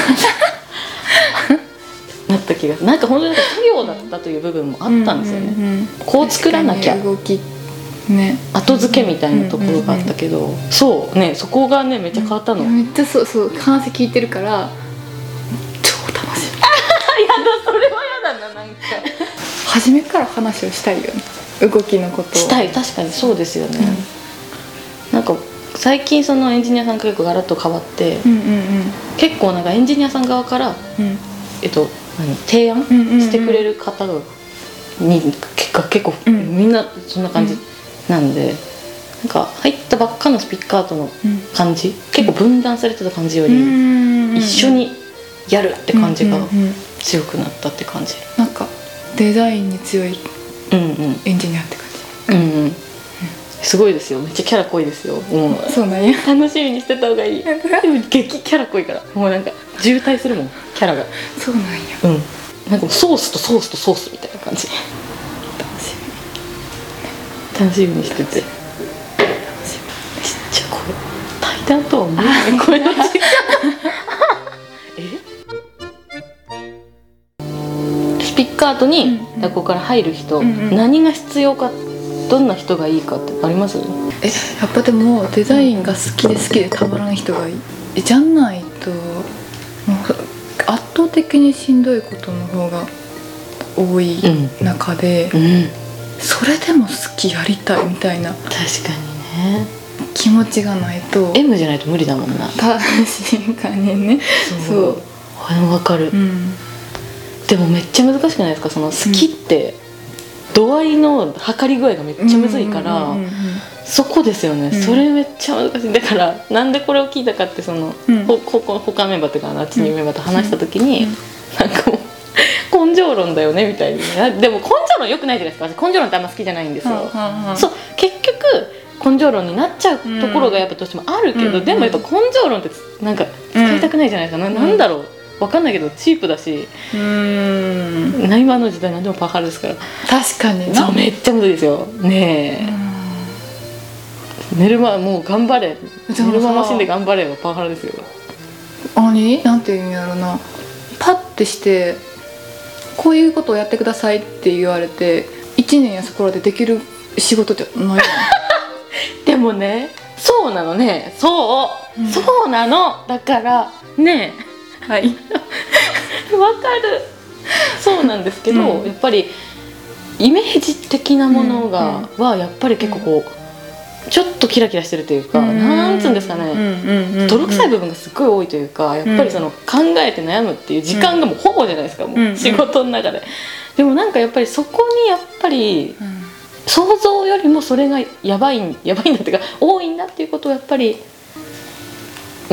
Speaker 1: うなった気がなんか本当になんか作業だったという部分もあったんですよね、
Speaker 2: うんうんうん
Speaker 1: こう作らなきゃ
Speaker 2: 確かに動きね
Speaker 1: 後付けみたいなところがあったけど、そうねそこがねめっちゃ変わったの、
Speaker 2: めっちゃそうそう話聞いてるから超楽しみ
Speaker 1: それは嫌だななんか
Speaker 2: 初めから話をしたいよね動きのことを
Speaker 1: した
Speaker 2: い、
Speaker 1: い確かにそうですよね、なんか最近そのエンジニアさんが結構ガラッと変わって、
Speaker 2: うん、うんうん
Speaker 1: 結構なんかエンジニアさん側から、
Speaker 2: うん
Speaker 1: えっと、何提案
Speaker 2: うんうんうん
Speaker 1: してくれる方が、に結果結構、
Speaker 2: うん
Speaker 1: みんなそんな感じ
Speaker 2: うん
Speaker 1: なんで、なんか入ったばっかのスピッカーとの
Speaker 2: うん
Speaker 1: 感じ結構分断されてた感じより、
Speaker 2: うん
Speaker 1: 一緒にやるって感じが
Speaker 2: うんうんうん
Speaker 1: 強くなったって感じ。
Speaker 2: なんかデザインに強
Speaker 1: う
Speaker 2: い
Speaker 1: んうん
Speaker 2: エンジニアって感
Speaker 1: うんうんすごいですよめっちゃキャラ濃いですよもう
Speaker 2: じそうなんや
Speaker 1: 楽しみにしてた方がいいでも激キャラ濃いからもうなんか渋滞するもんキャラが
Speaker 2: そうなんや
Speaker 1: うんなんかもうソースとソースとソースみたいな感じ
Speaker 2: 楽し
Speaker 1: 楽しみにしててめっちゃこれ対談とは思えないこれの時間 えスピッカートに
Speaker 2: うんうん
Speaker 1: 学校から入る人、
Speaker 2: うんうん
Speaker 1: 何が必要かどんな人がいいかってあります
Speaker 2: みえやっぱでもデザインが好きで好きでたまらん人がいいえじゃないともう圧倒的にしんどいことの方が多い
Speaker 1: ん
Speaker 2: 中で、
Speaker 1: うん
Speaker 2: それでも好きやりたいみたいな
Speaker 1: 確かにね
Speaker 2: 気持ちがないと
Speaker 1: M じゃないと無理だもんな
Speaker 2: 確かにねそう
Speaker 1: あでもわかる、
Speaker 2: うん
Speaker 1: でもめっちゃ難しくないですかその好きって、度合いの測り具合がめっちゃむずいから、
Speaker 2: うんうん
Speaker 1: そこですよね、
Speaker 2: うん
Speaker 1: それめっちゃ難しいだからなんでこれを聞いたかってその、
Speaker 2: うん
Speaker 1: ほほほ他メンバーとかあっちにメンバーと話した時に、
Speaker 2: うん
Speaker 1: なんかもう 根性論だよねみたいになでも根性論良くないじゃないですか私根性論ってあんま好きじゃないんですよ、
Speaker 2: うん
Speaker 1: そう結局根性論になっちゃうところがやっぱどうしてもあるけど、
Speaker 2: うん
Speaker 1: でもやっぱ根性論ってなんか使いたくないじゃないですか、ななんだろうわかんないけどチープだし
Speaker 2: うーん
Speaker 1: な今の時代何でもパワハラですから
Speaker 2: 確かに
Speaker 1: そう
Speaker 2: な
Speaker 1: めっちゃむずいですよねえ、寝る間もう頑張れ
Speaker 2: でもさ
Speaker 1: 寝る間マシンで頑張ればパワハラですよ
Speaker 2: 何なんていうんやろなパッてしてこういうことをやってくださいって言われて1年やそこらでできる仕事じゃ ない
Speaker 1: でもねそうなのねそう、
Speaker 2: うん
Speaker 1: そうなのだからねえ
Speaker 2: はい
Speaker 1: わかるそうなんですけど、
Speaker 2: うん
Speaker 1: やっぱりイメージ的なものが、
Speaker 2: うん
Speaker 1: はやっぱり結構こう、ちょっとキラキラしてるというか、なんつうんですかね、
Speaker 2: ね
Speaker 1: 泥臭い部分がすっごい多いというかやっぱりその考えて悩むっていう時間がもうほぼじゃないですか、も
Speaker 2: うん
Speaker 1: う仕事の中で。でもなんかやっぱりそこにやっぱり
Speaker 2: うん
Speaker 1: 想像よりもそれがやばいんやばいんだっていうか多いんだっていうことをやっぱり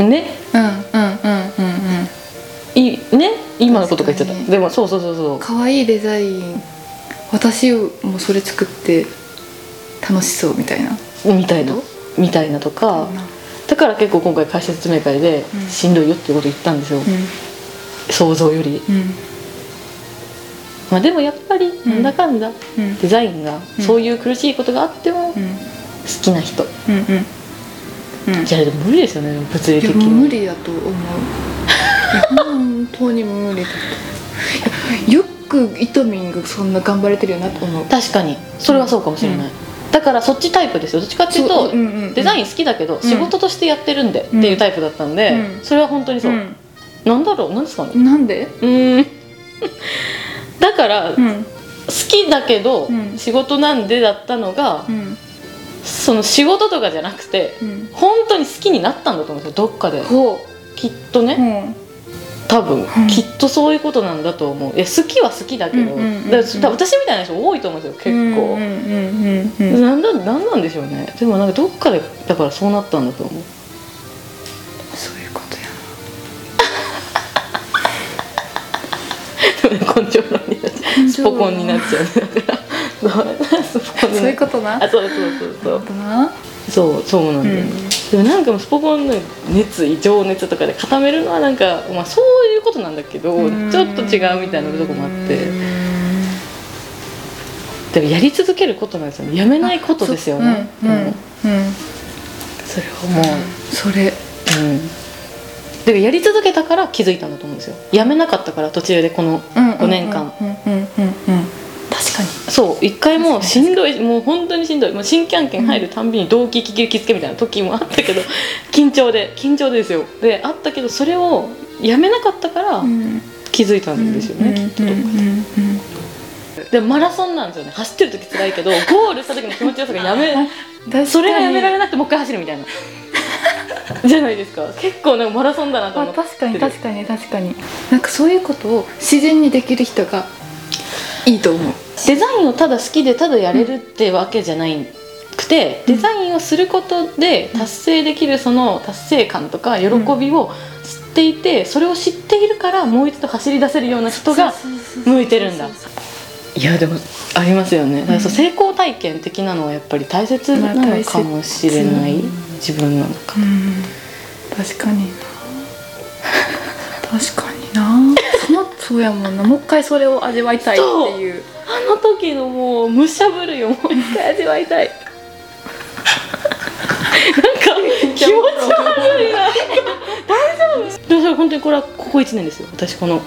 Speaker 1: ね
Speaker 2: うんうんうんうんうん
Speaker 1: いいね今のことが言っちゃっ
Speaker 2: 確か
Speaker 1: た
Speaker 2: に
Speaker 1: でもそうそうそうそう
Speaker 2: 可愛いデザイン私もそれ作って楽しそうみたいな
Speaker 1: みたいなみたいなとかだから結構今回会社説明会で
Speaker 2: うん
Speaker 1: しんどいよっていうこと言ったんですよ、
Speaker 2: う
Speaker 1: 想像より、
Speaker 2: んうん
Speaker 1: まあ、でもやっぱりなんだかんだ
Speaker 2: うん
Speaker 1: デザインが
Speaker 2: うん
Speaker 1: そういう苦しいことがあっても好
Speaker 2: うん
Speaker 1: きな人
Speaker 2: うんうんうん
Speaker 1: じゃあでも無理ですよね物理
Speaker 2: いや
Speaker 1: 的
Speaker 2: もう無
Speaker 1: に
Speaker 2: 理だと思ういや本当に無理だといやよくイトミンがそんな頑張れてるよなと思う
Speaker 1: 確かにそれはそうかもしれない、
Speaker 2: うん
Speaker 1: だからそっちタイプですよどっちかっていう
Speaker 2: そう
Speaker 1: と
Speaker 2: うんうん
Speaker 1: デザイン好きだけど仕事としてやってるんでって
Speaker 2: うん
Speaker 1: いうタイプだったんで、
Speaker 2: うん
Speaker 1: それは本当にそう、なんだろうなんですか
Speaker 2: う
Speaker 1: ね
Speaker 2: んなんで
Speaker 1: うーん だから
Speaker 2: う
Speaker 1: 好
Speaker 2: ん
Speaker 1: きだけど
Speaker 2: うん
Speaker 1: 仕事なんでだったのが
Speaker 2: うん
Speaker 1: その仕事とかじゃなくて
Speaker 2: うん
Speaker 1: 本当に好きになったんだと思うんですよどっかで
Speaker 2: ほ
Speaker 1: きっと
Speaker 2: うう
Speaker 1: ね
Speaker 2: ん
Speaker 1: 多分
Speaker 2: ん
Speaker 1: きっとそういうことなんだと思ういや好きは好きだけどだ
Speaker 2: うんうんうんうん
Speaker 1: から多分私みたいな人多いと思うんですよ結
Speaker 2: う
Speaker 1: 構
Speaker 2: んうんうんうん
Speaker 1: なんだなんなんでしょうねでもなんかどっかでだからそうなったんだと思う
Speaker 2: そういうことや
Speaker 1: でもね 根性論になっちゃうス
Speaker 2: 根性論
Speaker 1: ポコンになっちゃうだからそうスポコンになっちゃ
Speaker 2: そういうことな
Speaker 1: あそうそうそうそう
Speaker 2: とな
Speaker 1: そうそうなんだよね、
Speaker 2: うん
Speaker 1: でもなんかもうスポコンの熱意情熱とかで固めるのはなんか、まあ、そういうことなんだけど
Speaker 2: うん
Speaker 1: ちょっと違うみたいなとこもあって
Speaker 2: うん
Speaker 1: でもやり続けることなんですよねやめないことですよね
Speaker 2: そううんうんうん
Speaker 1: それをもう、
Speaker 2: それ
Speaker 1: うんからやり続けたから気づいたんだと思うんですよやめなかったから途中でこの5年間、
Speaker 2: うんうんうんうん確かに
Speaker 1: そう一回もうしんどいもう本当にしんどいもう新キャン券入るたんびに動機聞き気付けみたいな時もあったけど緊張で緊張でですよであったけどそれをやめなかったから
Speaker 2: うん
Speaker 1: 気づいたんですよね、きっとどっかで。
Speaker 2: うん
Speaker 1: でマラソンなんですよね走ってる時辛い けどゴールした時の気持ちよさがやめ
Speaker 2: 確かに
Speaker 1: それがやめられなくてもう一回走るみた いなじゃないですか結構なんかマラソンだなと思
Speaker 2: あ
Speaker 1: って
Speaker 2: 確かに確かに確かになんかそういうことを自然にできる人がいいと思う
Speaker 1: デザインをただ好きでただやれるってわけじゃないくて、デザインをすることで達成できるその達成感とか喜びを知っていて、それを知っているからもう一度走り出せるような人が向いてるんだいやでもありますよね、だからそう成功体験的なのはやっぱり大切なのかもしれない、
Speaker 2: まあ大切
Speaker 1: 自分の中
Speaker 2: うん確かにな確かになそのそうやもんなもう一回それを味わいたいっていう
Speaker 1: あの時のもうむしゃぶるよもう一 回味わいたい なんか 気持ち悪いな大丈夫でもそれ本当にこれはここ1年ですよ私この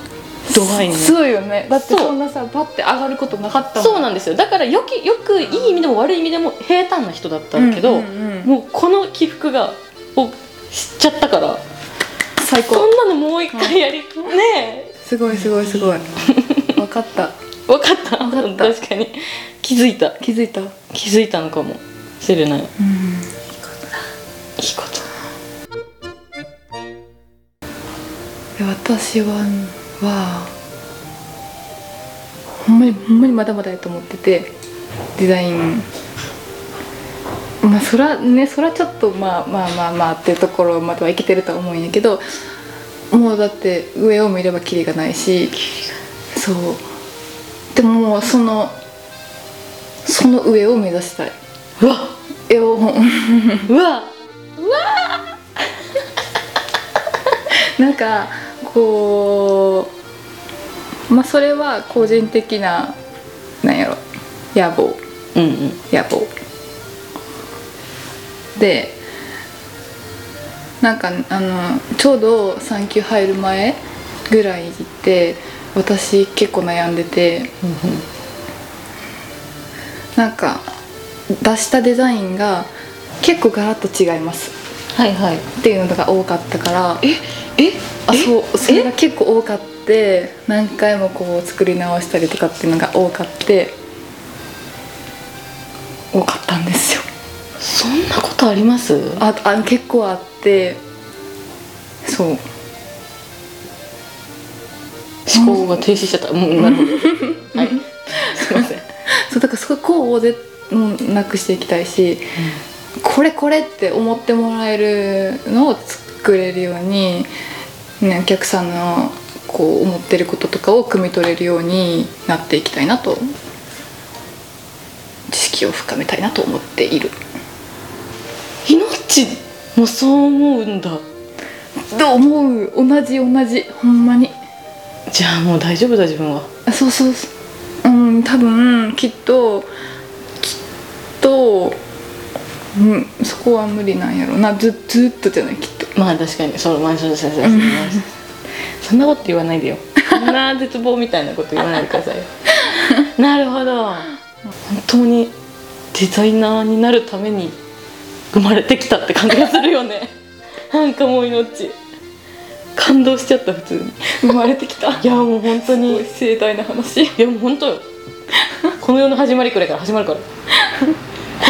Speaker 1: 度合いに
Speaker 2: すごいよねだって
Speaker 1: そう
Speaker 2: そんなさパッて上がることなかったもん
Speaker 1: そうなんですよだからよきよくいい意味でも悪い意味でも平坦な人だったけど、
Speaker 2: うんうんうん
Speaker 1: もうこの起伏がを知っちゃったから
Speaker 2: 最
Speaker 1: こ
Speaker 2: 高
Speaker 1: んなのもう一回やり、ねえ
Speaker 2: すごいすごいすごい分かった
Speaker 1: 分かった
Speaker 2: わかった
Speaker 1: 確かに気づいた
Speaker 2: 気づいたうん
Speaker 1: 気づいたのかもしれないいいこと
Speaker 2: で私ははほんまにほんまにまだまだやと思っててデザインまあそらねそらちょっとまあまあまあまあっていうところまではいけてるとは思うんやけどもうだって上を見ればキリがないしそうでももうそのその上を目指したいう
Speaker 1: わ
Speaker 2: 絵をほん
Speaker 1: うわ
Speaker 2: なんかこうまあそれは個人的ななんやろ野望
Speaker 1: うんうん
Speaker 2: 野望でなんかあのちょうど産休入る前ぐらいって私結構悩んでてなんか出したデザインが結構ガラッと違います
Speaker 1: はいはい
Speaker 2: っていうのが多かったから
Speaker 1: ええ
Speaker 2: あそうそれが結構多かって何回もこう作り直したりとかっていうのが多かって多かったんですよ
Speaker 1: そんなことあります
Speaker 2: ああ結構あってそう
Speaker 1: 思考が停止しちゃったもうなるほどはいすいません
Speaker 2: そうだからそこをぜもうなくしていきたいし、これこれって思ってもらえるのを作れるように、ね、お客さんのこう思ってることとかを汲み取れるようになっていきたいなと知識を深めたいなと思っている
Speaker 1: ひのっちもそう思うんだ
Speaker 2: と思う同じ同じほんまに
Speaker 1: じゃあもう大丈夫だ自分は
Speaker 2: あそうそうそううん多分きっときっと、うん、そこは無理なんやろなずずっとじゃないきっと
Speaker 1: まあ確かにそうマンション先生
Speaker 2: うん
Speaker 1: そんなこと言わないでよそんな絶望みたいなこと言わないでくださいよ なるほど本当にデザイナーになるために生まれてきたって感じがするよねなんかもう命感動しちゃった普通に
Speaker 2: 生まれてきた
Speaker 1: いやもう本当に
Speaker 2: 盛大な話
Speaker 1: いやもう本当よこの世の始まりくらいから始まるからこ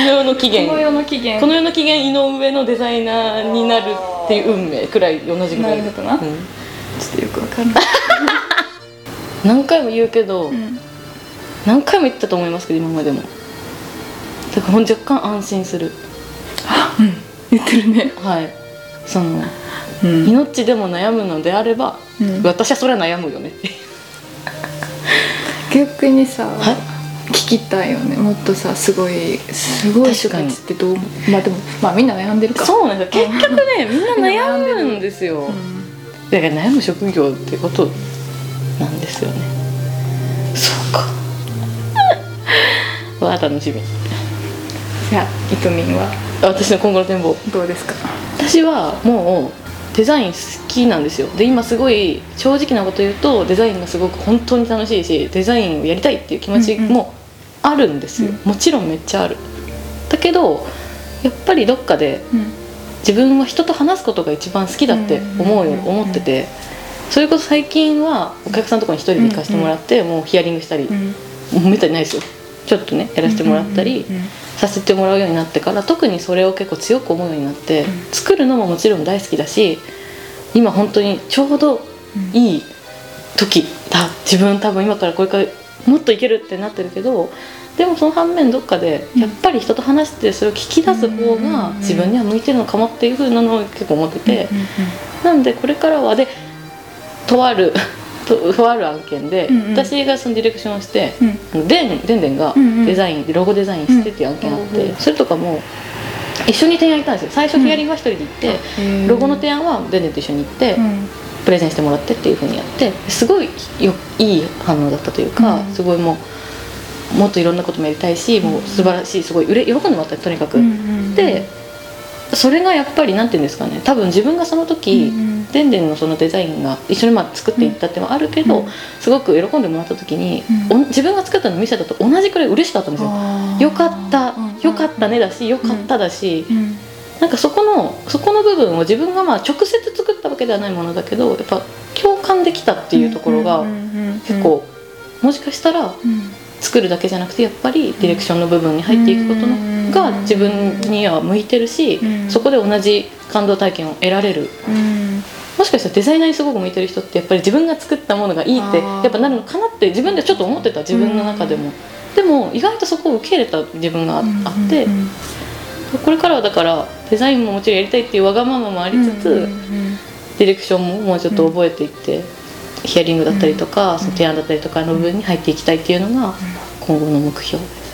Speaker 1: の世の起源
Speaker 2: この世の起源
Speaker 1: この世の起源井上のデザイナーになるっていう運命くらい同じぐらい
Speaker 2: なるほどな
Speaker 1: うん
Speaker 2: ちょっとよくわかんない、
Speaker 1: 何回も言うけど、
Speaker 2: ん、
Speaker 1: 何回も言ったと思いますけど今までもだから若干安心する
Speaker 2: 言ってるね
Speaker 1: はいその
Speaker 2: うん、
Speaker 1: 命でも悩むのであれば、
Speaker 2: うん
Speaker 1: 私はそれは悩むよねって
Speaker 2: 逆にさ
Speaker 1: はい
Speaker 2: 聞きたいよねもっとさすごいすごい人たちってどう思うまあでもまあみんな悩んでるか
Speaker 1: そうなんですよ結局ねみんな
Speaker 2: 悩んでる
Speaker 1: 悩むんですよ、だから悩む職業ってことなんですよね そうかわあ楽しみ
Speaker 2: いやイトミンは
Speaker 1: 私の今後の展望
Speaker 2: どうですか
Speaker 1: 私はもうデザイン好きなんですよで今すごい正直なこと言うとデザインがすごく本当に楽しいしデザインをやりたいっていう気持ちもあるんですよ、
Speaker 2: うん
Speaker 1: もちろんめっちゃあるだけどやっぱりどっかで自分は人と話すことが一番好きだって思うよ、
Speaker 2: うんうんうん
Speaker 1: 思っててそれこそ最近はお客さんとかに一人で行かせてもらって、もうヒアリングしたり、もうめったにないですよちょっとねやらせてもらったり、させてもらうようになってから特にそれを結構強く思うようになって、
Speaker 2: うん
Speaker 1: 作るのももちろん大好きだし今本当にちょうど
Speaker 2: い
Speaker 1: いい時だ自分多分今からこれからもっといけるってなってるけどでもその反面どっかで
Speaker 2: うん
Speaker 1: やっぱり人と話してそれを聞き出す方が
Speaker 2: うん
Speaker 1: 自分には向いてるのかもっていうふうなのを結構思ってて、なんでこれからはでとあるととある案件で、
Speaker 2: うんうん
Speaker 1: 私がそのディレクションをしてあのでんでんでんが
Speaker 2: うんうん
Speaker 1: デザイン、ロゴデザインしてっていう案件あって、
Speaker 2: うん
Speaker 1: それとかも一緒に提案行ったんですよ最初ヒアリングは一人で行って、ロゴの提案はでんでんと一緒に行って、プレゼンしてもらってっていうふうにやってすごいよいい反応だったというか、
Speaker 2: うん
Speaker 1: すごいもうもっといろんなこともやりたいし、もう素晴らしいすごい売れ喜んでもらったとにかく。でそれがやっぱりなんて言うんですかね多分自分がその時、でんでんのそのデザインが一緒にまあ作っていったってもあるけど、
Speaker 2: うん
Speaker 1: すごく喜んでもらった時に、
Speaker 2: うん
Speaker 1: お自分が作ったのを見せたと同じくらい嬉しかったんですよ。よかった、よかったねだしよかっただし、なんかそこのそこの部分を自分がまあ直接作ったわけではないものだけどやっぱ共感できたっていうところが結構、もしかしたら作るだけじゃなくてやっぱりディレクションの部分に入っていくことの
Speaker 2: うん
Speaker 1: が自分には向いてるし、
Speaker 2: うん
Speaker 1: そこで同じ感動体験を得られるもしかしたらデザイナーにすごく向いてる人ってやっぱり自分が作ったものがいいって
Speaker 2: あー
Speaker 1: やっぱなるのかなって自分でちょっと思ってた自分の中でも、でも意外とそこを受け入れた自分があって、これからはだからデザインももちろんやりたいっていうわがままもありつつ、ディレクションももうちょっと覚えていって、ヒアリングだったりとか、
Speaker 2: ん
Speaker 1: その提案だったりとかの部分に入っていきたいっていうのが今後の目標です。